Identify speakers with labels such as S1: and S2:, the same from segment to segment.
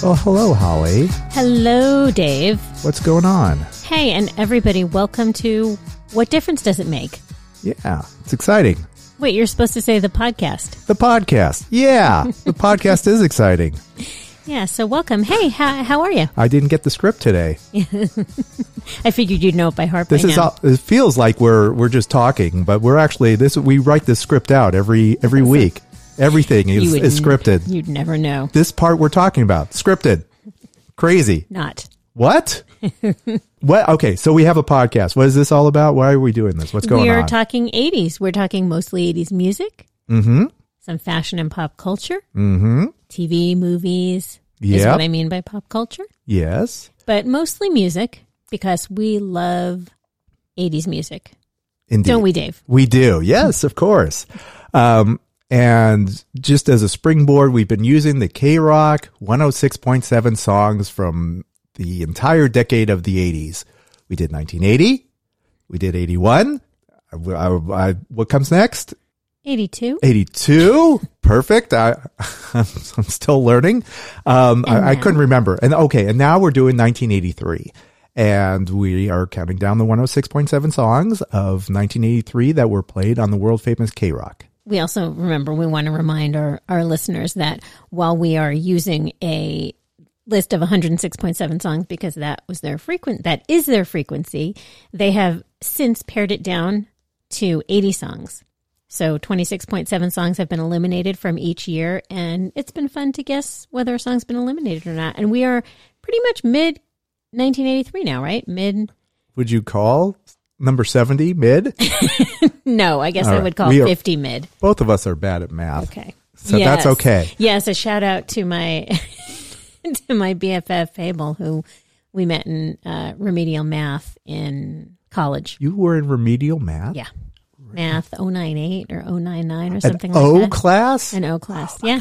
S1: Well, hello, Holly.
S2: Hello, Dave.
S1: What's going on?
S2: Hey, and everybody, welcome to What Difference Does It Make?
S1: Yeah, it's exciting.
S2: Wait, you're supposed to say the podcast.
S1: The podcast. Yeah, the podcast is exciting.
S2: Yeah, so welcome. Hey, how, how are you?
S1: I didn't get the script today.
S2: I figured you'd know it by heart
S1: This
S2: by
S1: is
S2: now.
S1: all, it feels like we're we're just talking, but we're actually this we write this script out every every week. Everything
S2: You
S1: is,
S2: would
S1: is
S2: n-
S1: scripted.
S2: You'd never know.
S1: This part we're talking about, scripted. Crazy.
S2: Not.
S1: What? what? Okay, so we have a podcast. What is this all about? Why are we doing this? What's going
S2: we are
S1: on?
S2: talking 80s. We're talking mostly 80s music,
S1: mm-hmm.
S2: some fashion and pop culture,
S1: Mm-hmm.
S2: TV, movies. Is
S1: Yep.
S2: what I mean by pop culture.
S1: Yes.
S2: But mostly music because we love 80s music.
S1: Indeed.
S2: Don't we, Dave?
S1: We do, yes, of course. Um, and just as a springboard, we've been using the oh K Rock 106.7 songs from the entire decade of the 80s. We did 1980, we did 81. I- I- I- what comes next?
S2: 82.
S1: 82. Perfect. I, I'm, I'm still learning. Um, I, I
S2: Mm-hmm.
S1: couldn't remember. And okay, and now we're doing 1983. And we are counting down the 106.7 songs of 1983 that were played on the world famous K Rock.
S2: we also remember we want to remind our, our listeners that while we are using a list of 106.7 songs because that was their frequent that is their frequency they have since pared it down to 80 songs so 26.7 songs have been eliminated from each year and it's been fun to guess whether a song's been eliminated or not and we are pretty much mid 1983 now right mid
S1: Would you call number 70 mid?
S2: no i guess
S1: All
S2: i
S1: right.
S2: would call
S1: We are-
S2: 50 mid
S1: Both of us are bad at math.
S2: Okay.
S1: So that's okay.
S2: Yes, a shout out to my to my BFF Fable, who we met in uh, remedial math in college.
S1: You were in remedial math?
S2: Yeah, math 098 or 099 or
S1: An
S2: something like
S1: O
S2: that.
S1: class? Oh
S2: An O class. yeah.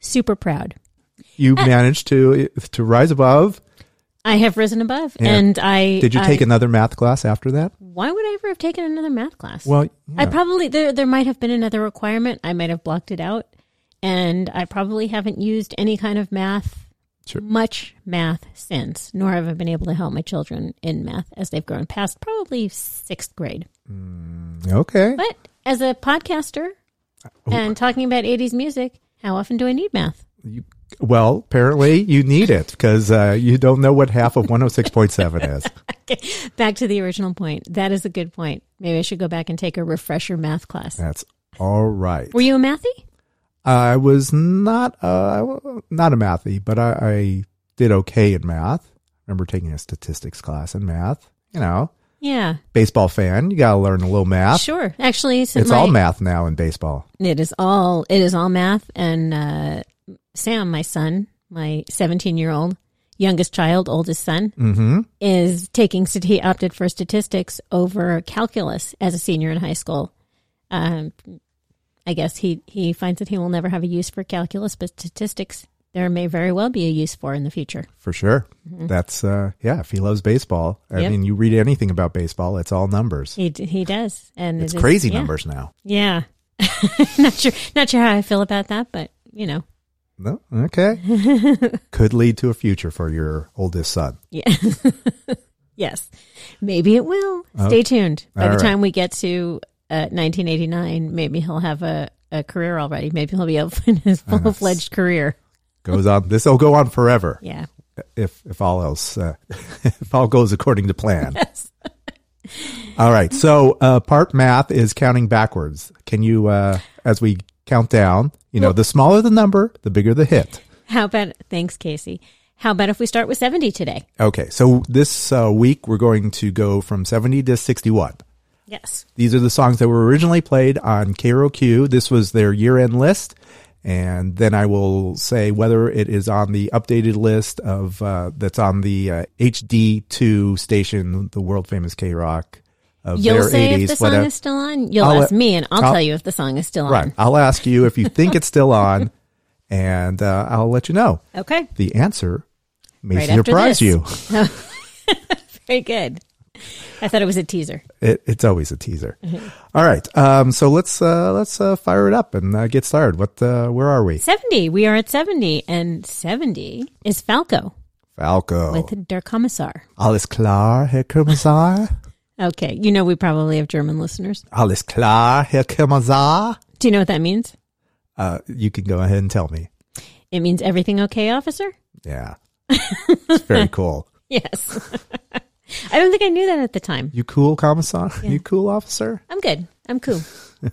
S2: Super proud.
S1: you managed to to rise above.
S2: I have risen above,
S1: Yeah.
S2: and I
S1: Did you
S2: I-
S1: take another math class after that?
S2: Why would I ever have taken another math class?
S1: Well,
S2: I
S1: yeah.
S2: probably there there might have been another requirement. I might have blocked it out, and I probably haven't used any kind of math,
S1: Sure.
S2: much math since. Nor have I been able to help my children in math as they've grown past probably sixth grade.
S1: Okay.
S2: But as a podcaster
S1: Oh.
S2: and talking about eighties music, how often do I need math?
S1: You, well, apparently you need it because uh, you don't know what half of 106.7 is.
S2: Back to the original point. That is a good point. Maybe I should go back and take a refresher math class.
S1: That's all right.
S2: Were you a mathy?
S1: I was not uh, not a mathy, but I, I did okay in math. I remember taking a statistics class in math. You know,
S2: Yeah,
S1: baseball fan, you got to learn a little math.
S2: sure. Actually, since
S1: It's all
S2: my-
S1: math now in baseball.
S2: It is all it is all math and uh, Sam, my son, my seventeen year old youngest child, oldest son,
S1: hmm
S2: is taking stat- he opted for statistics over calculus as a senior in high school. Um, I guess he he finds that he will never have a use for calculus, but statistics there may very well be a use for in the future.
S1: For sure. That's, uh, yeah, if he loves baseball, I
S2: Mm-hmm. Yep.
S1: mean, you read anything about baseball, it's all numbers.
S2: He d- he does, and
S1: it's
S2: it is-
S1: crazy
S2: yeah.
S1: numbers now.
S2: Yeah. not sure, not sure how I feel about that, but you know,
S1: No, okay. Could lead to a future for your oldest son.
S2: yeah, yes, maybe it will. Stay tuned.
S1: Oh.
S2: By
S1: All
S2: the
S1: right.
S2: time we get to uh, 1989, maybe he'll have a, a career already. Maybe he'll be able in his full fledged career.
S1: Goes on. This will go on forever
S2: Yeah.
S1: if if all else uh, if all goes according to plan. All right. So uh, part math is counting backwards. Can you uh, as we count down? You know, the smaller the number, the bigger the hit.
S2: How about thanks, Casey? How about if we start with 70 today?
S1: Okay. So this uh, week we're going to go from seventy to sixty-one.
S2: Yes.
S1: These are the songs that were originally played on KROQ. This was their year end list. And then I will say whether it is on the updated list of uh, that's on the uh, HD2 station, the world famous K Rock of
S2: You'll
S1: their
S2: say
S1: 80s.
S2: if the song
S1: whatever.
S2: is still on. You'll
S1: I'll
S2: ask
S1: let-
S2: me, and I'll,
S1: I'll-
S2: tell you if the song is still
S1: right.
S2: on.
S1: I'll ask you if you think it's still on, and uh, I'll let you know.
S2: Okay.
S1: The answer may
S2: Right after
S1: surprise
S2: this.
S1: you.
S2: Very good. I thought it was a teaser.
S1: It, it's always a teaser. All right, um, so let's uh, let's uh, fire it up and uh, get started. What uh, where are we?
S2: 70. We are at 70, and 70 is Falco
S1: Falco
S2: with Der Kommissar.
S1: Alles klar, Herr Kommissar?
S2: Okay. You know, we probably have German listeners.
S1: Alles klar, Herr Kommissar?
S2: Do you know what that means?
S1: Uh, you can go ahead and tell me.
S2: It means everything okay, officer?
S1: Yeah. it's very cool.
S2: Yes. I don't think I knew that at the time.
S1: You cool, Commissar? You cool, officer?
S2: I'm good. I'm cool.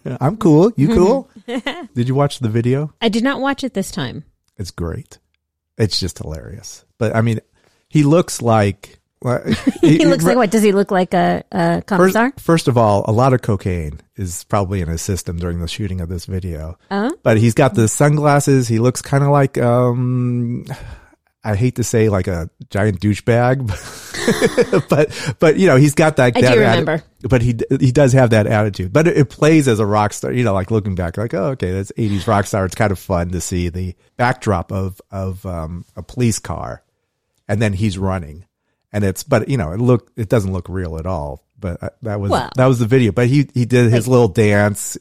S1: I'm cool. You cool? Did you watch the video?
S2: I did not watch it this time.
S1: It's great. It's just hilarious. But I mean, he looks like.
S2: He looks like what? Does he look like a, a
S1: First,
S2: commissar?
S1: first of all, a lot of cocaine is probably in his system during the shooting of this video.
S2: Oh.
S1: But he's got the sunglasses. He looks kind of like um, I hate to say like a giant douchebag, but but you know he's got that.
S2: I do
S1: that atti-
S2: remember.
S1: but he d- he does have that attitude. But it, it plays as a rock star. You know, like looking back, like oh okay, that's '80s rock star. It's kind of fun to see the backdrop of of um, a police car, and then he's running, and it's but you know it look it doesn't look real at all. But uh, that was
S2: Well-
S1: that was the video. But he he did his little dance.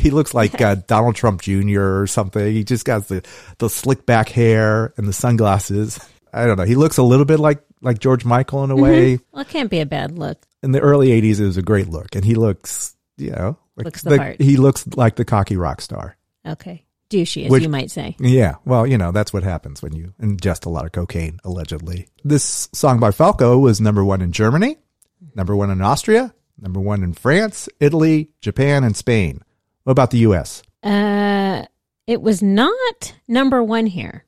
S1: He looks like uh, Donald Trump Jr. or something. He just got the the slick back hair and the sunglasses. I don't know. He looks a little bit like like George Michael
S2: Mm-hmm.
S1: in a way
S2: Well, it can't be a bad look.
S1: in the early 80s it was a great look and he looks you know like
S2: Looks the part.
S1: he looks like the cocky rock star
S2: Okay. Douchey, as
S1: Which-
S2: you might say.
S1: yeah well you know that's what happens when you ingest a lot of cocaine allegedly this song by falco was number one in germany number one in austria number one in france italy japan and spain what about the us
S2: Uh, it was not number one here.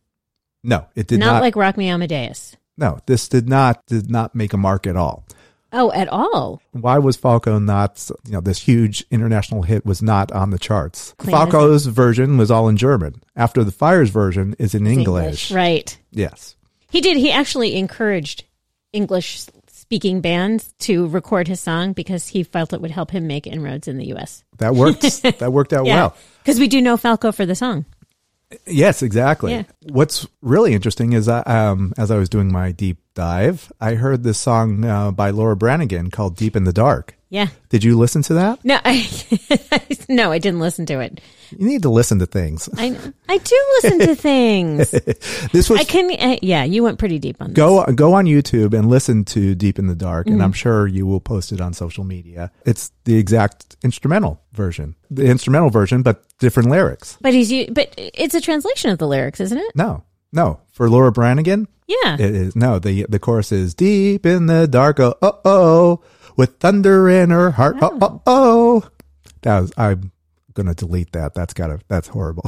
S1: no it did
S2: not,
S1: not,
S2: like Rock Me Amadeus.
S1: no this did not did not make a mark at all
S2: Oh, at all.
S1: why was Falco not, you know, this huge international hit was not on the charts?
S2: Clean,
S1: Falco's version was all in German. After the Fire's version is in English.
S2: Right.
S1: Yes.
S2: He did. He actually encouraged English speaking bands to record his song because he felt it would help him make inroads in the U.S.
S1: That worked. that worked out well.
S2: Because we do know Falco for the song.
S1: Yes, exactly.
S2: Yeah.
S1: What's really interesting is, uh, um, as I was doing my deep dive, I heard this song uh, by Laura Branigan called Deep in the Dark.
S2: Yeah.
S1: Did you listen to that?
S2: No, I no, I didn't listen to it.
S1: You need to listen to things.
S2: I I do listen to things.
S1: This was
S2: I can. I, yeah, you went pretty deep on that.
S1: go go on YouTube and listen to Deep in the Dark, and
S2: Mm-hmm.
S1: I'm sure you will post it on social media. It's the exact instrumental version, the instrumental version, but different lyrics.
S2: But he's u- but it's a translation of the lyrics, isn't it?
S1: No, no, for Laura Branigan,
S2: Yeah.
S1: it is no. the The chorus is Deep in the Dark, oh oh, oh with thunder in her heart, oh oh oh. That was I'm gonna delete that. That's gotta that's horrible.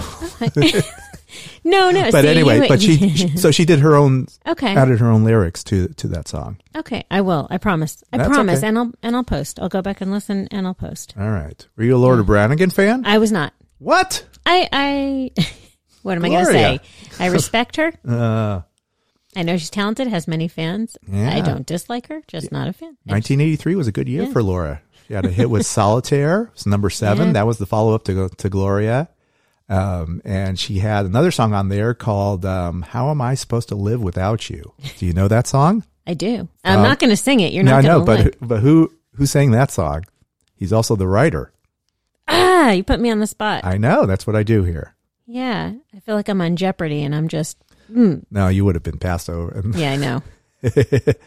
S2: no, no.
S1: but
S2: see,
S1: anyway,
S2: you-
S1: but she so she did her own
S2: okay.
S1: added her own lyrics to to that song.
S2: Okay, I will. I promise. I
S1: That's
S2: promise,
S1: okay.
S2: and I'll and I'll post. I'll go back and listen, and I'll post.
S1: All right, were you a Laura Branigan fan?
S2: I was not.
S1: what?
S2: I I. what am I
S1: Gloria.
S2: going to say? I respect her.
S1: Uh,
S2: I know she's talented, has many fans.
S1: Yeah.
S2: I don't dislike her, just not a fan.
S1: 1983 was a good year for Laura. She had a hit with Solitaire, it was number seven.
S2: Yeah.
S1: That was the follow up to to Gloria. Um, and she had another song on there called um, "How Am I Supposed to Live Without You." Do you know that song?
S2: I do. I'm not going to sing it. You're
S1: no,
S2: not
S1: I Uh, know,
S2: going to
S1: but
S2: like.
S1: but who who sang that song? He's also the writer.
S2: ah, you put me on the spot.
S1: I know. That's what I do here.
S2: yeah, I feel like I'm on Jeopardy, and I'm just, mm,
S1: No, you would have been passed over.
S2: yeah, I know.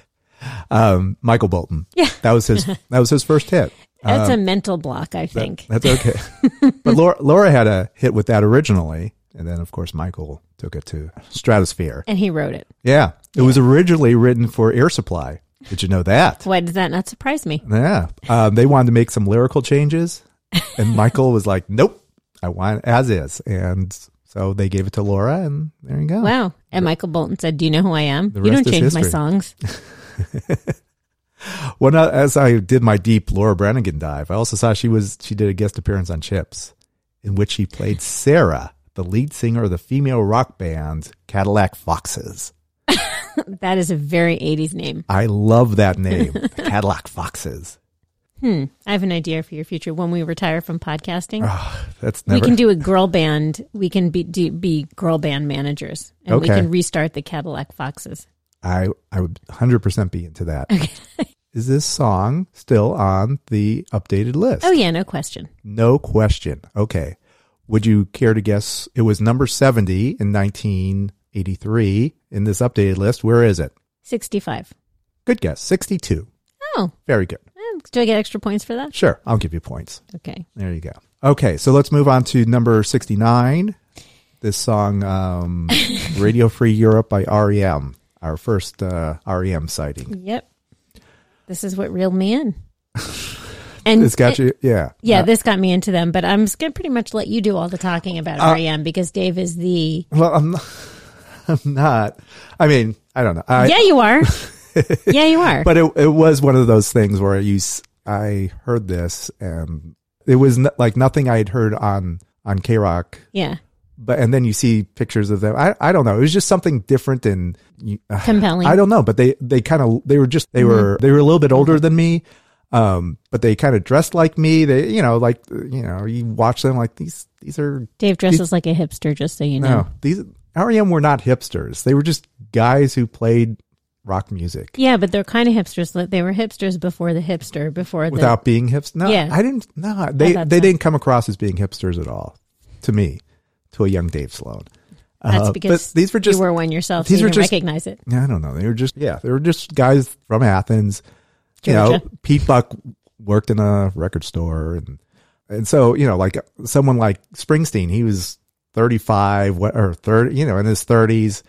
S1: um, Michael Bolton.
S2: Yeah.
S1: That was his, that was his first hit.
S2: That's a mental block, I
S1: Uh, That-
S2: think.
S1: that's okay. but Laura, Laura had a hit with that originally. And then, of course, Michael took it to Stratosphere.
S2: and he wrote it.
S1: Yeah. It was originally written for Air Supply. Did you know that?
S2: Why does that not surprise me?
S1: Yeah. Um, they wanted to make some lyrical changes. And Michael was like, nope, I want it as is. And so they gave it to Laura, and there you go.
S2: Wow. And Michael Bolton said, Do you know who I am?
S1: The
S2: You
S1: rest
S2: don't
S1: is
S2: change my
S1: history."
S2: songs.
S1: When I, as I did my deep Laura Brannigan dive, I also saw she was she did a guest appearance on Chips, in which she played Sarah, the lead singer of the female rock band Cadillac Foxes.
S2: That is a very 80s name.
S1: I love that name, the Cadillac Foxes.
S2: Hmm. I have an idea for your future. When we retire from podcasting,
S1: Uh-huh. Ah, That's
S2: we
S1: never
S2: can do a girl band. We can be, do, be girl band managers and we
S1: Okay.
S2: can restart the Cadillac Foxes.
S1: I I would 100% be into that. Is this song still on the updated list?
S2: Oh, yeah, no question.
S1: No question. Okay. Would you care to guess? It was number 70 in 1983 in this updated list. Where is it?
S2: 65.
S1: Good guess. 62.
S2: Oh,
S1: Very good.
S2: eh, do I get extra points for that?
S1: Sure. I'll give you points.
S2: Okay.
S1: There you go. Okay. So let's move on to number 69. This song, um, Radio Free Europe by REM, our first uh, REM sighting.
S2: Yep. This is what reeled me in. And
S1: It's got you. Yeah. Uh,
S2: Yeah, this got me into them, but I'm just gonna pretty much let you do all the talking about
S1: Uh,
S2: REM because Dave is the.
S1: Well, I'm not. I'm not. I mean, I don't know. I,
S2: yeah, you are. yeah, you are.
S1: but it, it was one of those things where you s- I heard this and it was n- like nothing I had heard on on K Rock.
S2: yeah,
S1: But and then you see pictures of them. I, I don't know. It was just something different and you, uh,
S2: compelling.
S1: I don't know. But they they kind of they were just they
S2: Mm-hmm.
S1: were they were a little bit older than me. Um, but they kind of dressed like me. They you know like you know you watch them like these these are
S2: Dave dresses like a hipster, just so you know.
S1: no these REM were not hipsters. They were just guys who played rock music.
S2: Yeah, but they're kind of hipsters. like, They were hipsters before the hipster, before
S1: without being hipster. No,
S2: Yeah.
S1: I didn't. No, they they
S2: thought so.
S1: didn't come across as being hipsters at all to me, to a young Dave Sloan.
S2: the. That's
S1: uh,
S2: because
S1: but these were just-
S2: you were one yourself.
S1: these
S2: so you
S1: were
S2: didn't
S1: just-
S2: recognize it.
S1: I don't know. They were just yeah, they were just guys from Athens. You know,
S2: Georgia.
S1: Pete Buck worked in a record store, and and so you know, like someone like Springsteen, he was thirty five, what or thirty, you know, in his thirties.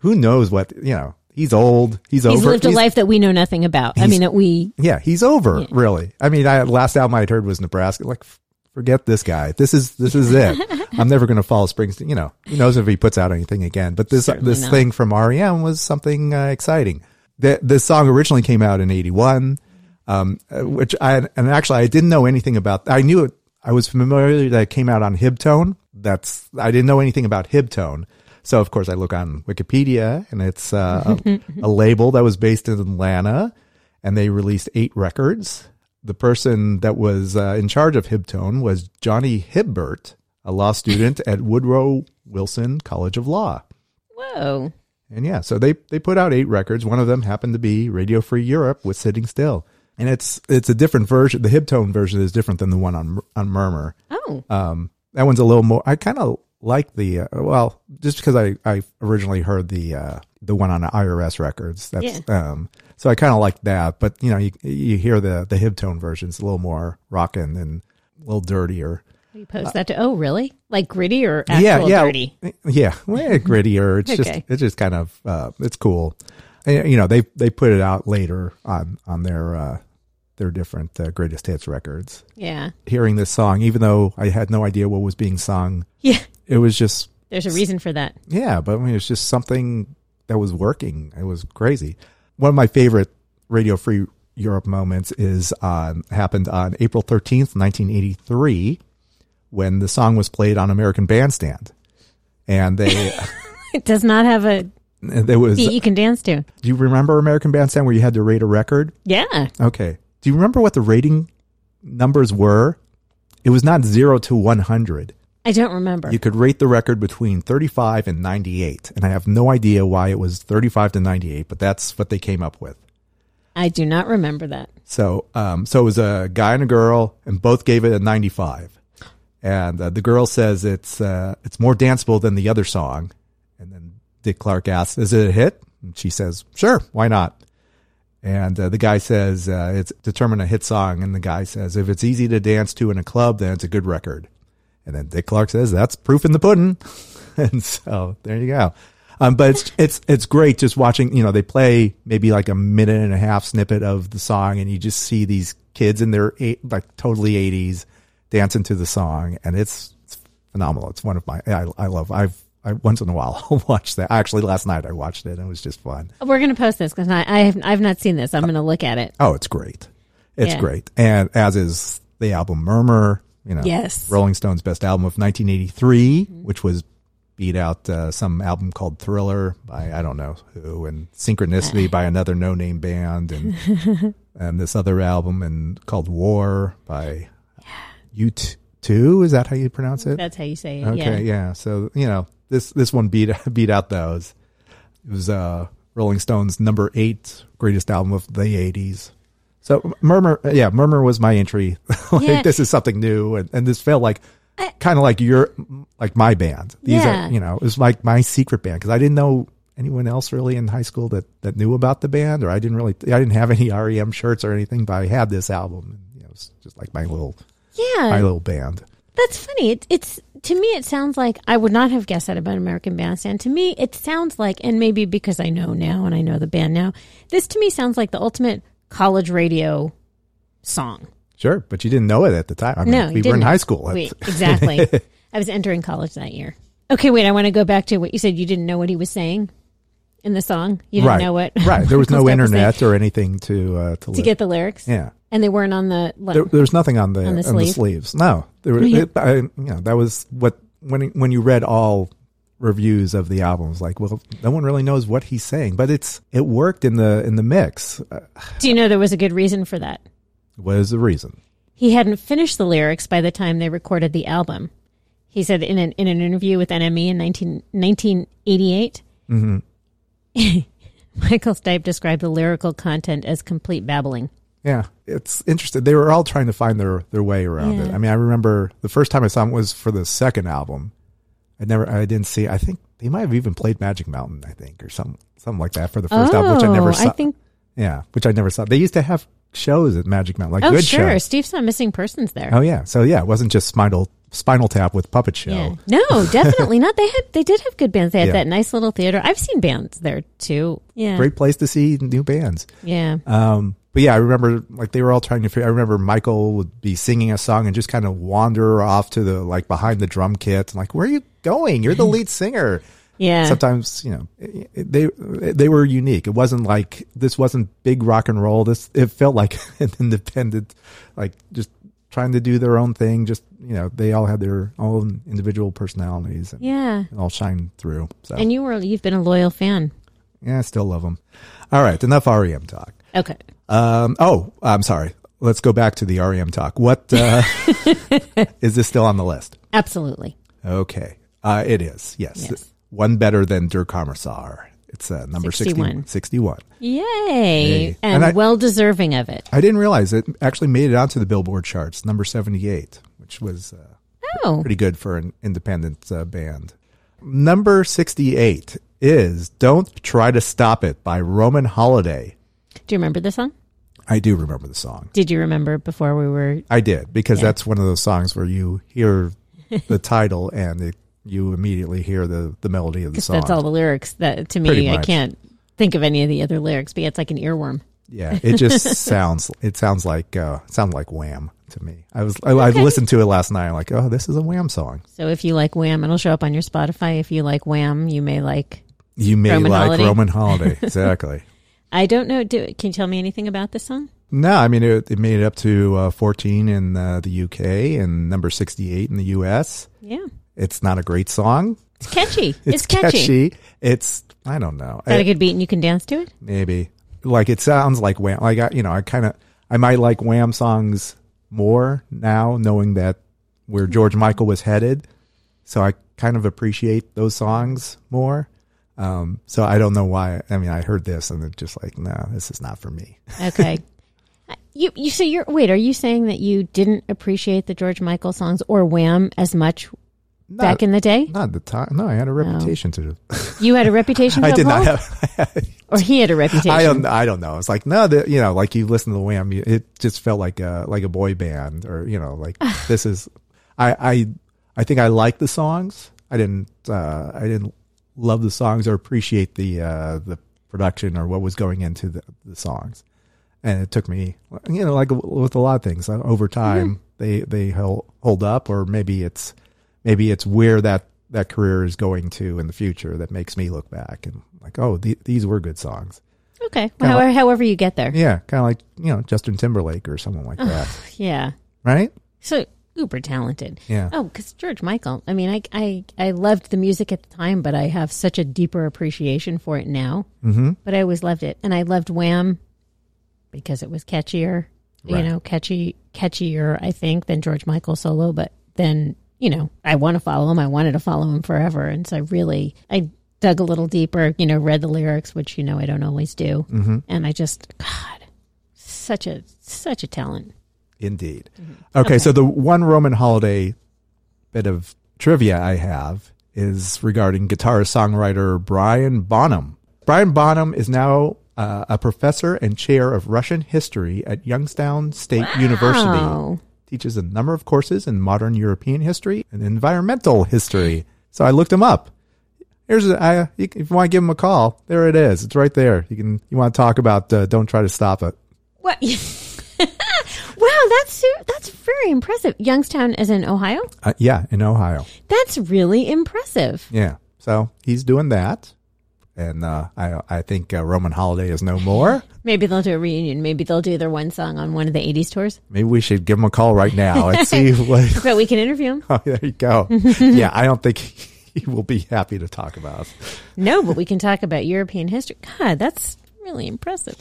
S1: Who knows what you know? He's old. He's,
S2: He's
S1: over.
S2: lived a life that we know nothing about. I
S1: he's-
S2: mean, that we.
S1: Yeah, he's over.
S2: Hmm.
S1: Really. I mean, I last album I had heard was Nebraska. Like, f- forget this guy. This is this is it. I'm never going to follow Springsteen. You know, who knows if he puts out anything again? But this
S2: Certainly
S1: this
S2: not.
S1: thing from REM was something uh, exciting. Th- this song originally came out in '81, um, uh, which I and actually I didn't know anything about. I knew it. I was familiar that it came out on Hibtone. That's I didn't know anything about Hibtone. So of course I look on Wikipedia, and it's uh, a, a label that was based in Atlanta and they released eight records. The person that was uh, in charge of Hibtone was Johnny Hibbert, a law student at Woodrow Wilson College of Law.
S2: Whoa.
S1: And yeah, so they they put out eight records. One of them happened to be Radio Free Europe with Sitting Still, and it's it's a different version. The Hibtone version is different than the one on on Murmur.
S2: Oh.
S1: Um, that one's a little more. I kind of like the uh, well, just because I I originally heard the uh, the one on IRS records. That's um, so I kind of like that. But you know, you you hear the the Hibtone version's a little more rockin' and a little dirtier.
S2: You post that to. Oh, really? Like gritty or actual
S1: yeah,
S2: dirty?
S1: yeah, yeah, way grittier. It's just
S2: Okay.
S1: it's just kind of uh, it's cool. And, you know, they they put it out later on on their uh, their different uh, greatest hits records.
S2: Yeah.
S1: Hearing this song, even though I had no idea what was being sung,
S2: Yeah.
S1: it was just
S2: There's a reason for that.
S1: yeah, but I mean, it's just something that was working. It was crazy. One of my favorite Radio Free Europe moments is on happened on April 13th, 1983, when the song was played on American Bandstand. And they,
S2: It does not have a
S1: there was,
S2: beat
S1: do
S2: you can dance to.
S1: you remember American Bandstand where you had to rate a record?
S2: Yeah.
S1: Okay. Do you remember what the rating numbers were? It was not zero to 100.
S2: I don't remember.
S1: You could rate the record between 35 and 98. And I have no idea why it was 35 to 98, but that's what they came up with.
S2: I do not remember that.
S1: So, um, so it was a guy and a girl, and both gave it a 95. And uh, the girl says it's uh, it's more danceable than the other song. And then Dick Clark asks, "Is it a hit?" And she says, "Sure, why not?" And uh, the guy says, uh, "It's determine a hit song." And the guy says, "If it's easy to dance to in a club, then it's a good record." And then Dick Clark says, "That's proof in the pudding." and so there you go. Um, but it's it's it's great just watching. You know, they play maybe like a minute and a half snippet of the song, and you just see these kids in their eight, like totally eighties dancing to the song, and it's, it's phenomenal. It's one of my I, I love. I've I, once in a while I'll watch that. Actually, last night I watched it, and it was just fun.
S2: We're going to post this because I, I have, I've not seen this. I'm going to look at it.
S1: Oh, it's great. It's
S2: Yeah.
S1: great. And as is the album Murmur, you know,
S2: Yes. Mm-hmm.
S1: Rolling Stone's best album of 1983, which was beat out uh, some album called Thriller by I don't know who and
S2: Ah.
S1: Synchronicity by another no-name band and and this other album and called War by U2, is that how you pronounce it?
S2: That's how you say it.
S1: Okay,
S2: yeah.
S1: yeah. So you know this this one beat beat out those. It was uh, Rolling Stones' number eight greatest album of the '80s. So Murmur, uh, yeah, Murmur was my entry. like
S2: Yeah.
S1: this is something new, and, and this felt like kind of like your like my band. These
S2: Yeah.
S1: are you know it was like my secret band because I didn't know anyone else really in high school that that knew about the band, or I didn't really I didn't have any REM shirts or anything, but I had this album. You know, it was just like my little
S2: Yeah.
S1: my little band.
S2: That's funny. It, it's to me, it sounds like I would not have guessed that about American Bandstand. To me, it sounds like, and maybe because I know now and I know the band now, this to me sounds like the ultimate college radio song.
S1: Sure, but you didn't know it at the time. I mean,
S2: no,
S1: we
S2: you
S1: were in
S2: didn't.
S1: high school.
S2: Wait, exactly. I was entering college that year. Okay, wait. I want to go back to what you said. You didn't know what he was saying in the song. You didn't
S1: right,
S2: know what.
S1: right. There was no
S2: Michael Stipe saying
S1: internet or anything to uh, to,
S2: to
S1: look-
S2: get the lyrics.
S1: Yeah,
S2: and they weren't on the.
S1: there, there was nothing on the
S2: On
S1: on
S2: the
S1: the,
S2: sleeve?
S1: sleeves. No, there were.
S2: Yeah.
S1: It, I, you know, that was what when when you read all reviews of the albums, like, well, no one really knows what he's saying, but it's it worked in the in the mix. Uh,
S2: Do you know there was a good reason for that?
S1: was the reason?
S2: He hadn't finished the lyrics by the time they recorded the album. He said in an, in an interview with NME in 19, 1988, Michael Stipe described the lyrical content as complete babbling.
S1: Yeah, it's interesting. They were all trying to find their their way around it.
S2: Yeah.
S1: I mean, I remember the first time I saw him was for the second album. I never, I didn't see. I think they might have even played Magic Mountain, I think, or something, something like that for the first album, which I never saw.
S2: Oh, think,
S1: yeah, which I never saw. They used to have shows at Magic Mountain, like
S2: oh,
S1: good
S2: sure.
S1: shows.
S2: Steve's not missing persons there.
S1: Oh yeah, so yeah, it wasn't just Spinal Spinal Tap with puppet show.
S2: Yeah. No, definitely not. They had they did have good bands. They had
S1: Yeah.
S2: that nice little theater. I've seen bands there too. Yeah.
S1: Great place to see new bands.
S2: Yeah.
S1: Um, but yeah, I remember like they were all trying to figure. I remember Michael would be singing a song and just kind of wander off to the like behind the drum kit and like, where are you going? You're the lead singer.
S2: Yeah.
S1: Uh, Sometimes you know it- it- they they were unique. It wasn't like this wasn't big rock and roll. This it felt like an independent, like just trying to do their own thing. Just you know they all had their own individual personalities and,
S2: Yeah.
S1: and all shine through. So
S2: And you were you've been a loyal fan.
S1: yeah, I still love them. All right, enough REM talk.
S2: Okay.
S1: Um, oh, I'm sorry. Let's go back to the REM talk. What uh, is this still on the list?
S2: Absolutely.
S1: Okay, uh, it is. Yes,
S2: Yes.
S1: one better than Der Kammersar. It's uh, number 61.
S2: 61.
S1: 61.
S2: Yay. And,
S1: And I-
S2: well deserving of it.
S1: I didn't realize it actually made it onto the Billboard charts, number 78, which was uh,
S2: Oh.
S1: pretty good for an independent uh, band. Number 68 is "Don't Try to Stop It" by Roman Holiday.
S2: Do you remember the song?
S1: I do remember the song.
S2: Did you remember before we were
S1: I did because
S2: Yeah.
S1: that's one of those songs where you hear the title and it, you immediately hear the, the melody of the
S2: because
S1: song.
S2: that's all the lyrics that to me
S1: Pretty
S2: I
S1: much.
S2: can't think of any of the other lyrics, but yeah, it's like an earworm.
S1: yeah, it just sounds it sounds like uh, it sounds like Wham to me. I was I, I listened to it last night. I'm like, oh, this is a Wham song.
S2: So if you like Wham, it'll show up on your Spotify. If you like Wham, you may like
S1: You may
S2: Roman
S1: like
S2: Holiday.
S1: Roman Holiday exactly.
S2: I don't know. Do can you tell me anything about this song?
S1: No, I mean it, it made it up to uh, 14 in uh, the UK and number 68 in the US.
S2: Yeah,
S1: It's not a great song.
S2: it's catchy. it's, catchy.
S1: It's I don't know.
S2: Got
S1: It-
S2: a good beat, and you can dance to it.
S1: maybe like it sounds like wham like I, you know i kind of i might like wham songs more now knowing that where
S2: Hmm.
S1: george michael was headed so i kind of appreciate those songs more um so i don't know why i mean i heard this and it's just like no this is not for me
S2: Okay. I- You, you so you're wait, are you saying that you didn't appreciate the George Michael songs or Wham as much
S1: Not,
S2: back in the day?
S1: not the time. No, I had a reputation to.
S2: You had a reputation to
S1: I did not
S2: uphold?
S1: have.
S2: or he had a reputation.
S1: I don't. I don't know. It's like no, the, you know, like you listen to the Wham, you- it just felt like a like a boy band, or you know, like this is. I I I think I like the songs. I didn't. uh I didn't love the songs or appreciate the uh the production or what was going into the, the songs. And it took me, you know, like with a lot of things uh, over time, they they hel- hold up, or maybe it's maybe it's where that that career is going to in the future that makes me look back and like, oh, the, these were good songs.
S2: Okay.
S1: Kinda
S2: however, however you get there.
S1: Yeah, kind of like you know Justin Timberlake or someone like that,
S2: Yeah.
S1: right?
S2: So uber talented.
S1: Yeah.
S2: Oh, because George Michael. I mean, I, I I loved the music at the time, but I have such a deeper appreciation for it now. Mm-hmm. But I always loved it, and I loved Wham because it was catchier.
S1: Right.
S2: You know, catchy, catchier. I think than George Michael solo, but then you know, I want to follow him. I wanted to follow him forever, and so I really I dug a little deeper. You know, read the lyrics, which you know I don't always do, mm-hmm. and I just God, such a such a talent.
S1: Indeed. Okay, so the one Roman holiday bit of trivia I have is regarding guitarist songwriter Brian Bonham. Brian Bonham is now uh, a professor and chair of Russian history at Youngstown State University.
S2: Oh,
S1: Teaches a number of courses in modern European history and environmental history. So I looked him up. Here's a, I, you, can- if you want to give him a call, there it is. It's right there. You can you want to talk about uh, don't try to stop it.
S2: what? wow, that's su- that's very impressive. Youngstown is in Ohio.
S1: Uh, yeah, in Ohio.
S2: That's really impressive.
S1: Yeah. So he's doing that. And uh, I I think uh, Roman Holiday is no more.
S2: Maybe they'll do a reunion. Maybe they'll do their one song on one of the '80s tours.
S1: Maybe we should give him a call right now and Oh, see what.
S2: But we can interview them.
S1: Oh, there you go. yeah, I don't think he will be happy to talk about.
S2: No, but we can talk about European history. God, that's really impressive.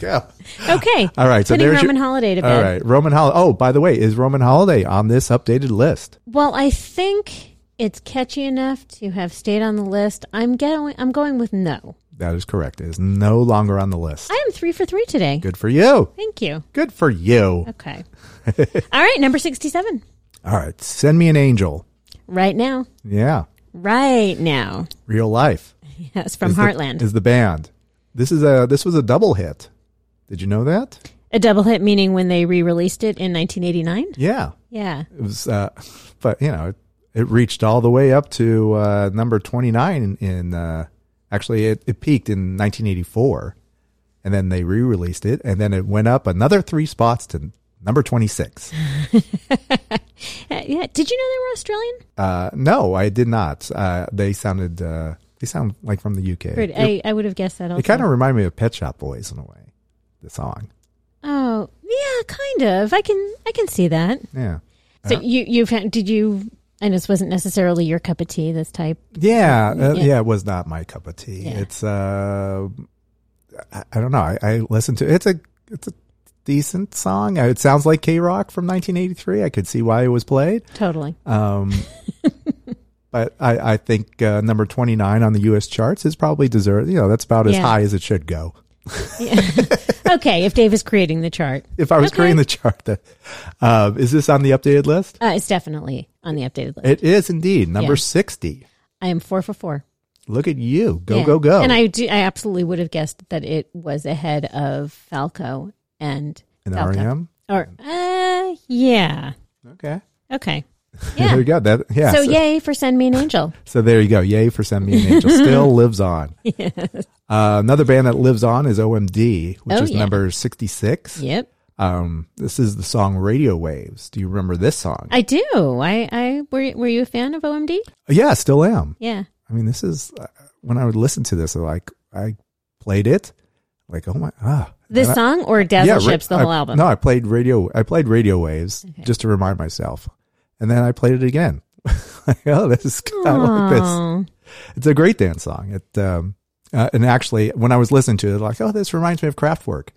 S1: Yeah.
S2: Okay.
S1: All right. So
S2: Putting
S1: there's
S2: Roman
S1: your,
S2: Holiday to bed.
S1: All right, Roman Holiday. Oh, by the way, is Roman Holiday on this updated list?
S2: Well, I think it's catchy enough to have stayed on the list. I'm going. I'm going with no.
S1: That is correct. It is no longer on the list.
S2: I am three for three today.
S1: Good for you.
S2: Thank you.
S1: Good for you.
S2: Okay. All right. Number sixty-seven.
S1: All right, send me an angel.
S2: Right now.
S1: Yeah,
S2: Right now.
S1: real life.
S2: Yes, from
S1: is the-
S2: Heartland.
S1: is the band. This is a this was a double hit. Did you know that?
S2: a double hit meaning when they re-released it in 1989?
S1: Yeah,
S2: Yeah.
S1: it was. Uh, but you know, it, it reached all the way up to uh, number twenty nine in. in uh, actually, it, it peaked in nineteen eighty four, and then they re released it, and then it went up another three spots to number twenty six.
S2: Uh, yeah. Did you know they were Australian?
S1: Uh, no, I did not. Uh, they sounded uh, they sound like from the UK.
S2: Great. I, I would have guessed that also.
S1: Uh, It kind of remind me of Pet Shop Boys in a way. The song,
S2: Oh, yeah, kind of. I can I can see that.
S1: yeah, Uh-huh.
S2: So you you found, did you and this wasn't necessarily your cup of tea this type.
S1: yeah, uh,
S2: Yeah.
S1: yeah. It was not my cup of tea.
S2: Yeah.
S1: It's uh, I, I don't know. I, I listened to it's a it's a decent song. Uh, It sounds like K Rock from 1983. I could see why it was played.
S2: Totally.
S1: Um, but I I think uh, number 29 on the U.S. charts is probably deserved. You know, that's about as
S2: Yeah.
S1: high as it should go.
S2: okay, if Dave is creating the chart.
S1: If I was
S2: Okay.
S1: creating the chart, that uh, is this on the updated list?
S2: Uh, it's definitely on the updated list.
S1: It is indeed number
S2: Yeah.
S1: 60.
S2: I am 4 for 4.
S1: Look at you. Go,
S2: Yeah.
S1: go, go.
S2: And I do I absolutely would have guessed that it was ahead of Falco and
S1: And E
S2: Falco.
S1: REM.
S2: Or uh yeah.
S1: Okay.
S2: Okay.
S1: there
S2: Yeah.
S1: you go. That, yeah.
S2: so,
S1: So,
S2: yay for Send Me an Angel.
S1: so there you go. Yay for Send Me an Angel. Still lives on. Uh, another band that lives on is OMD, which
S2: Oh,
S1: is
S2: yeah.
S1: number 66.
S2: yep.
S1: Um, this is the song Radio Waves. Do you remember this song?
S2: I do. I, I were were you a fan of OMD?
S1: Uh, yeah, still am.
S2: Yeah.
S1: I mean, this is uh, when I would listen to this, like I played it, like, oh my, ah.
S2: This
S1: And I-
S2: song or Dazzle
S1: ra-
S2: Ships, the whole
S1: I-
S2: album?
S1: No, I played radio. I played Radio Waves just to remind myself, and then I played it again. oh, this is I like this.
S2: Oh,
S1: It's a great dance song. It um, uh, and actually, when I was listening to it, like, oh, this reminds me of Kraftwerk.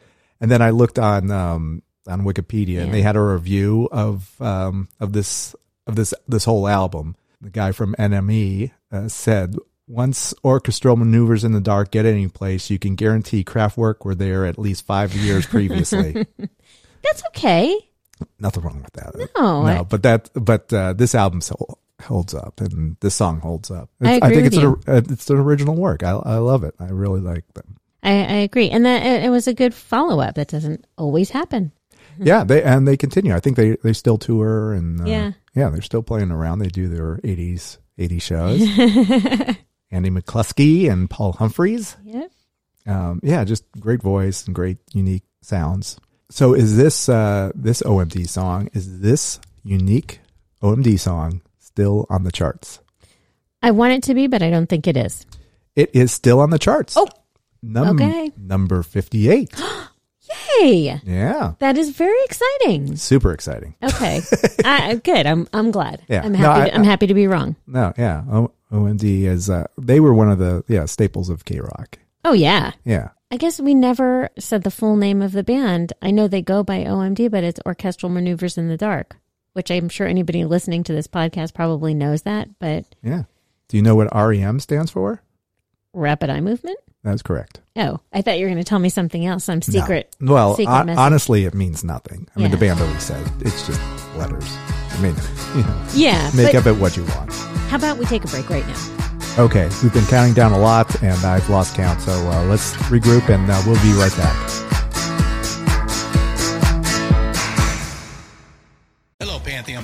S1: And then I looked on um, on Wikipedia, and they had a review of um, of this of this this whole album. The guy from NME E, uh, said Once orchestral maneuvers in the dark get any place, you can guarantee Kraftwerk were there at least five years previously.
S2: That's okay.
S1: Nothing wrong with that.
S2: No, I-
S1: but that, but uh, this album so- holds up, and this song holds up. It's-
S2: agree
S1: think
S2: with
S1: it's an, uh, it's an original work. I, I love it. I really like them.
S2: I, I agree, and that it, it was a good follow up. That doesn't always happen. Mm-hmm.
S1: yeah, they and they continue. I think they they still tour and uh,
S2: Yeah.
S1: they're still playing around. They do their eighties eighty shows. Andy McCluskey and Paul Humphreys.
S2: Yep.
S1: Um, yeah, just great voice and great unique sounds. So is this uh, this OMD song? Is this unique OMD song still on the charts?
S2: I want it to be, but I don't think it is.
S1: It is still on the charts.
S2: Oh,
S1: Num-
S2: okay.
S1: number fifty eight.
S2: Hey,
S1: yeah,
S2: that is very exciting.
S1: super exciting.
S2: Okay, I, I- good. I'm I'm glad.
S1: Yeah.
S2: I'm
S1: No,
S2: happy.
S1: I-
S2: to, I'm happy to be wrong.
S1: No, yeah. O- OMD is uh, they were one of the yeah staples of K Rock.
S2: Oh yeah.
S1: Yeah,
S2: I guess we never said the full name of the band. I know they go by OMD, but it's Orchestral Maneuvers in the Dark, which I'm sure anybody listening to this podcast probably knows that. But
S1: yeah. Do you know what REM stands for?
S2: rapid eye movement.
S1: That's correct.
S2: Oh, I thought you were going to tell me something else. Some secret.
S1: No. Well,
S2: secret
S1: hon-
S2: message.
S1: honestly, it means nothing. I mean, the
S2: Yeah.
S1: band always says it's just letters. I mean, you know,
S2: yeah.
S1: make
S2: but
S1: up it what you want.
S2: How about we take a break right now?
S1: Okay, we've been counting down a lot, and I've lost count. So uh, let's regroup, and uh, we'll be right back.
S3: Hello, Pantheon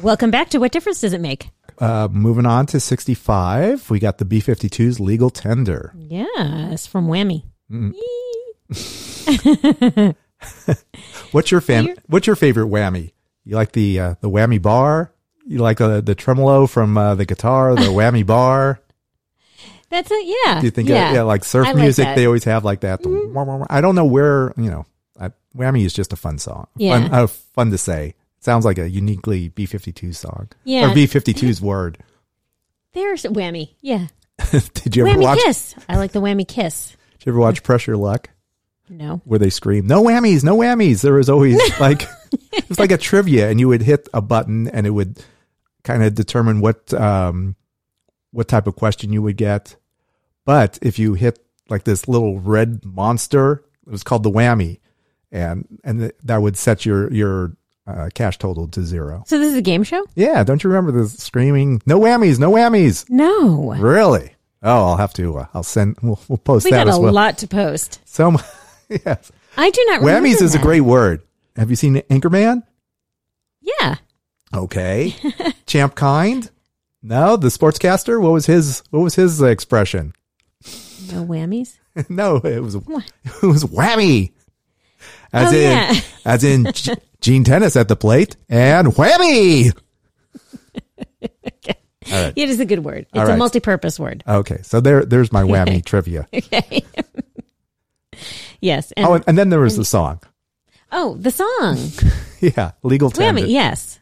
S2: Welcome back to What Difference Does It Make?
S1: Uh, moving on to sixty five, we got the B 52s "Legal Tender."
S2: Yes, from Whammy.
S1: Mm-hmm. What's your fam-
S2: Here.
S1: What's your favorite whammy? You like the uh, the whammy bar? You like uh, the tremolo from uh, the guitar, the whammy bar?
S2: That's it. Yeah.
S1: Do you think uh,
S2: yeah,
S1: yeah, like surf
S2: I
S1: music?
S2: that. Mm-hmm.
S1: they always have like that. the wah, wah, wah. I don't know where you know. I, whammy is just a fun song.
S2: Yeah.
S1: Fun, uh, fun to say. sounds like a uniquely B fifty two song.
S2: Yeah.
S1: or B 52s word.
S2: There's Whammy. Yeah.
S1: did you ever
S2: Whammy
S1: watch?
S2: kiss. I like the Whammy kiss.
S1: Did you ever watch Pressure Luck?
S2: No.
S1: Where they scream, "No whammies, no whammies!" There was always like it was like a trivia, and you would hit a button, and it would kind of determine what um, what type of question you would get. But if you hit like this little red monster, it was called the whammy, and and th- that would set your your uh, cash total to zero.
S2: So this is a game show?
S1: Yeah, don't you remember the screaming? No whammies, no whammies.
S2: No.
S1: Really? Oh, I'll have to. Uh, I'll send. We'll, we'll post
S2: we
S1: that
S2: got a
S1: as well.
S2: lot to post.
S1: So, mu- yes,
S2: I do not remember.
S1: whammies is a
S2: that.
S1: great word. Have you seen Anchorman?
S2: Yeah.
S1: Okay. Champ kind? No, the sportscaster. What was his? What was his expression?
S2: No whammies.
S1: no, it was
S2: What?
S1: it was whammy. As
S2: Oh,
S1: in,
S2: yeah.
S1: as in G- Gene Tennis at the plate and whammy.
S2: It is a good word. It's
S1: All
S2: a
S1: right.
S2: multi-purpose word.
S1: Okay, so there, there's my whammy trivia.
S2: Yes. And,
S1: Oh,
S2: oh,
S1: and, and then there was the song.
S2: the song.
S1: Yeah, legal tender
S2: Whammy. Yes.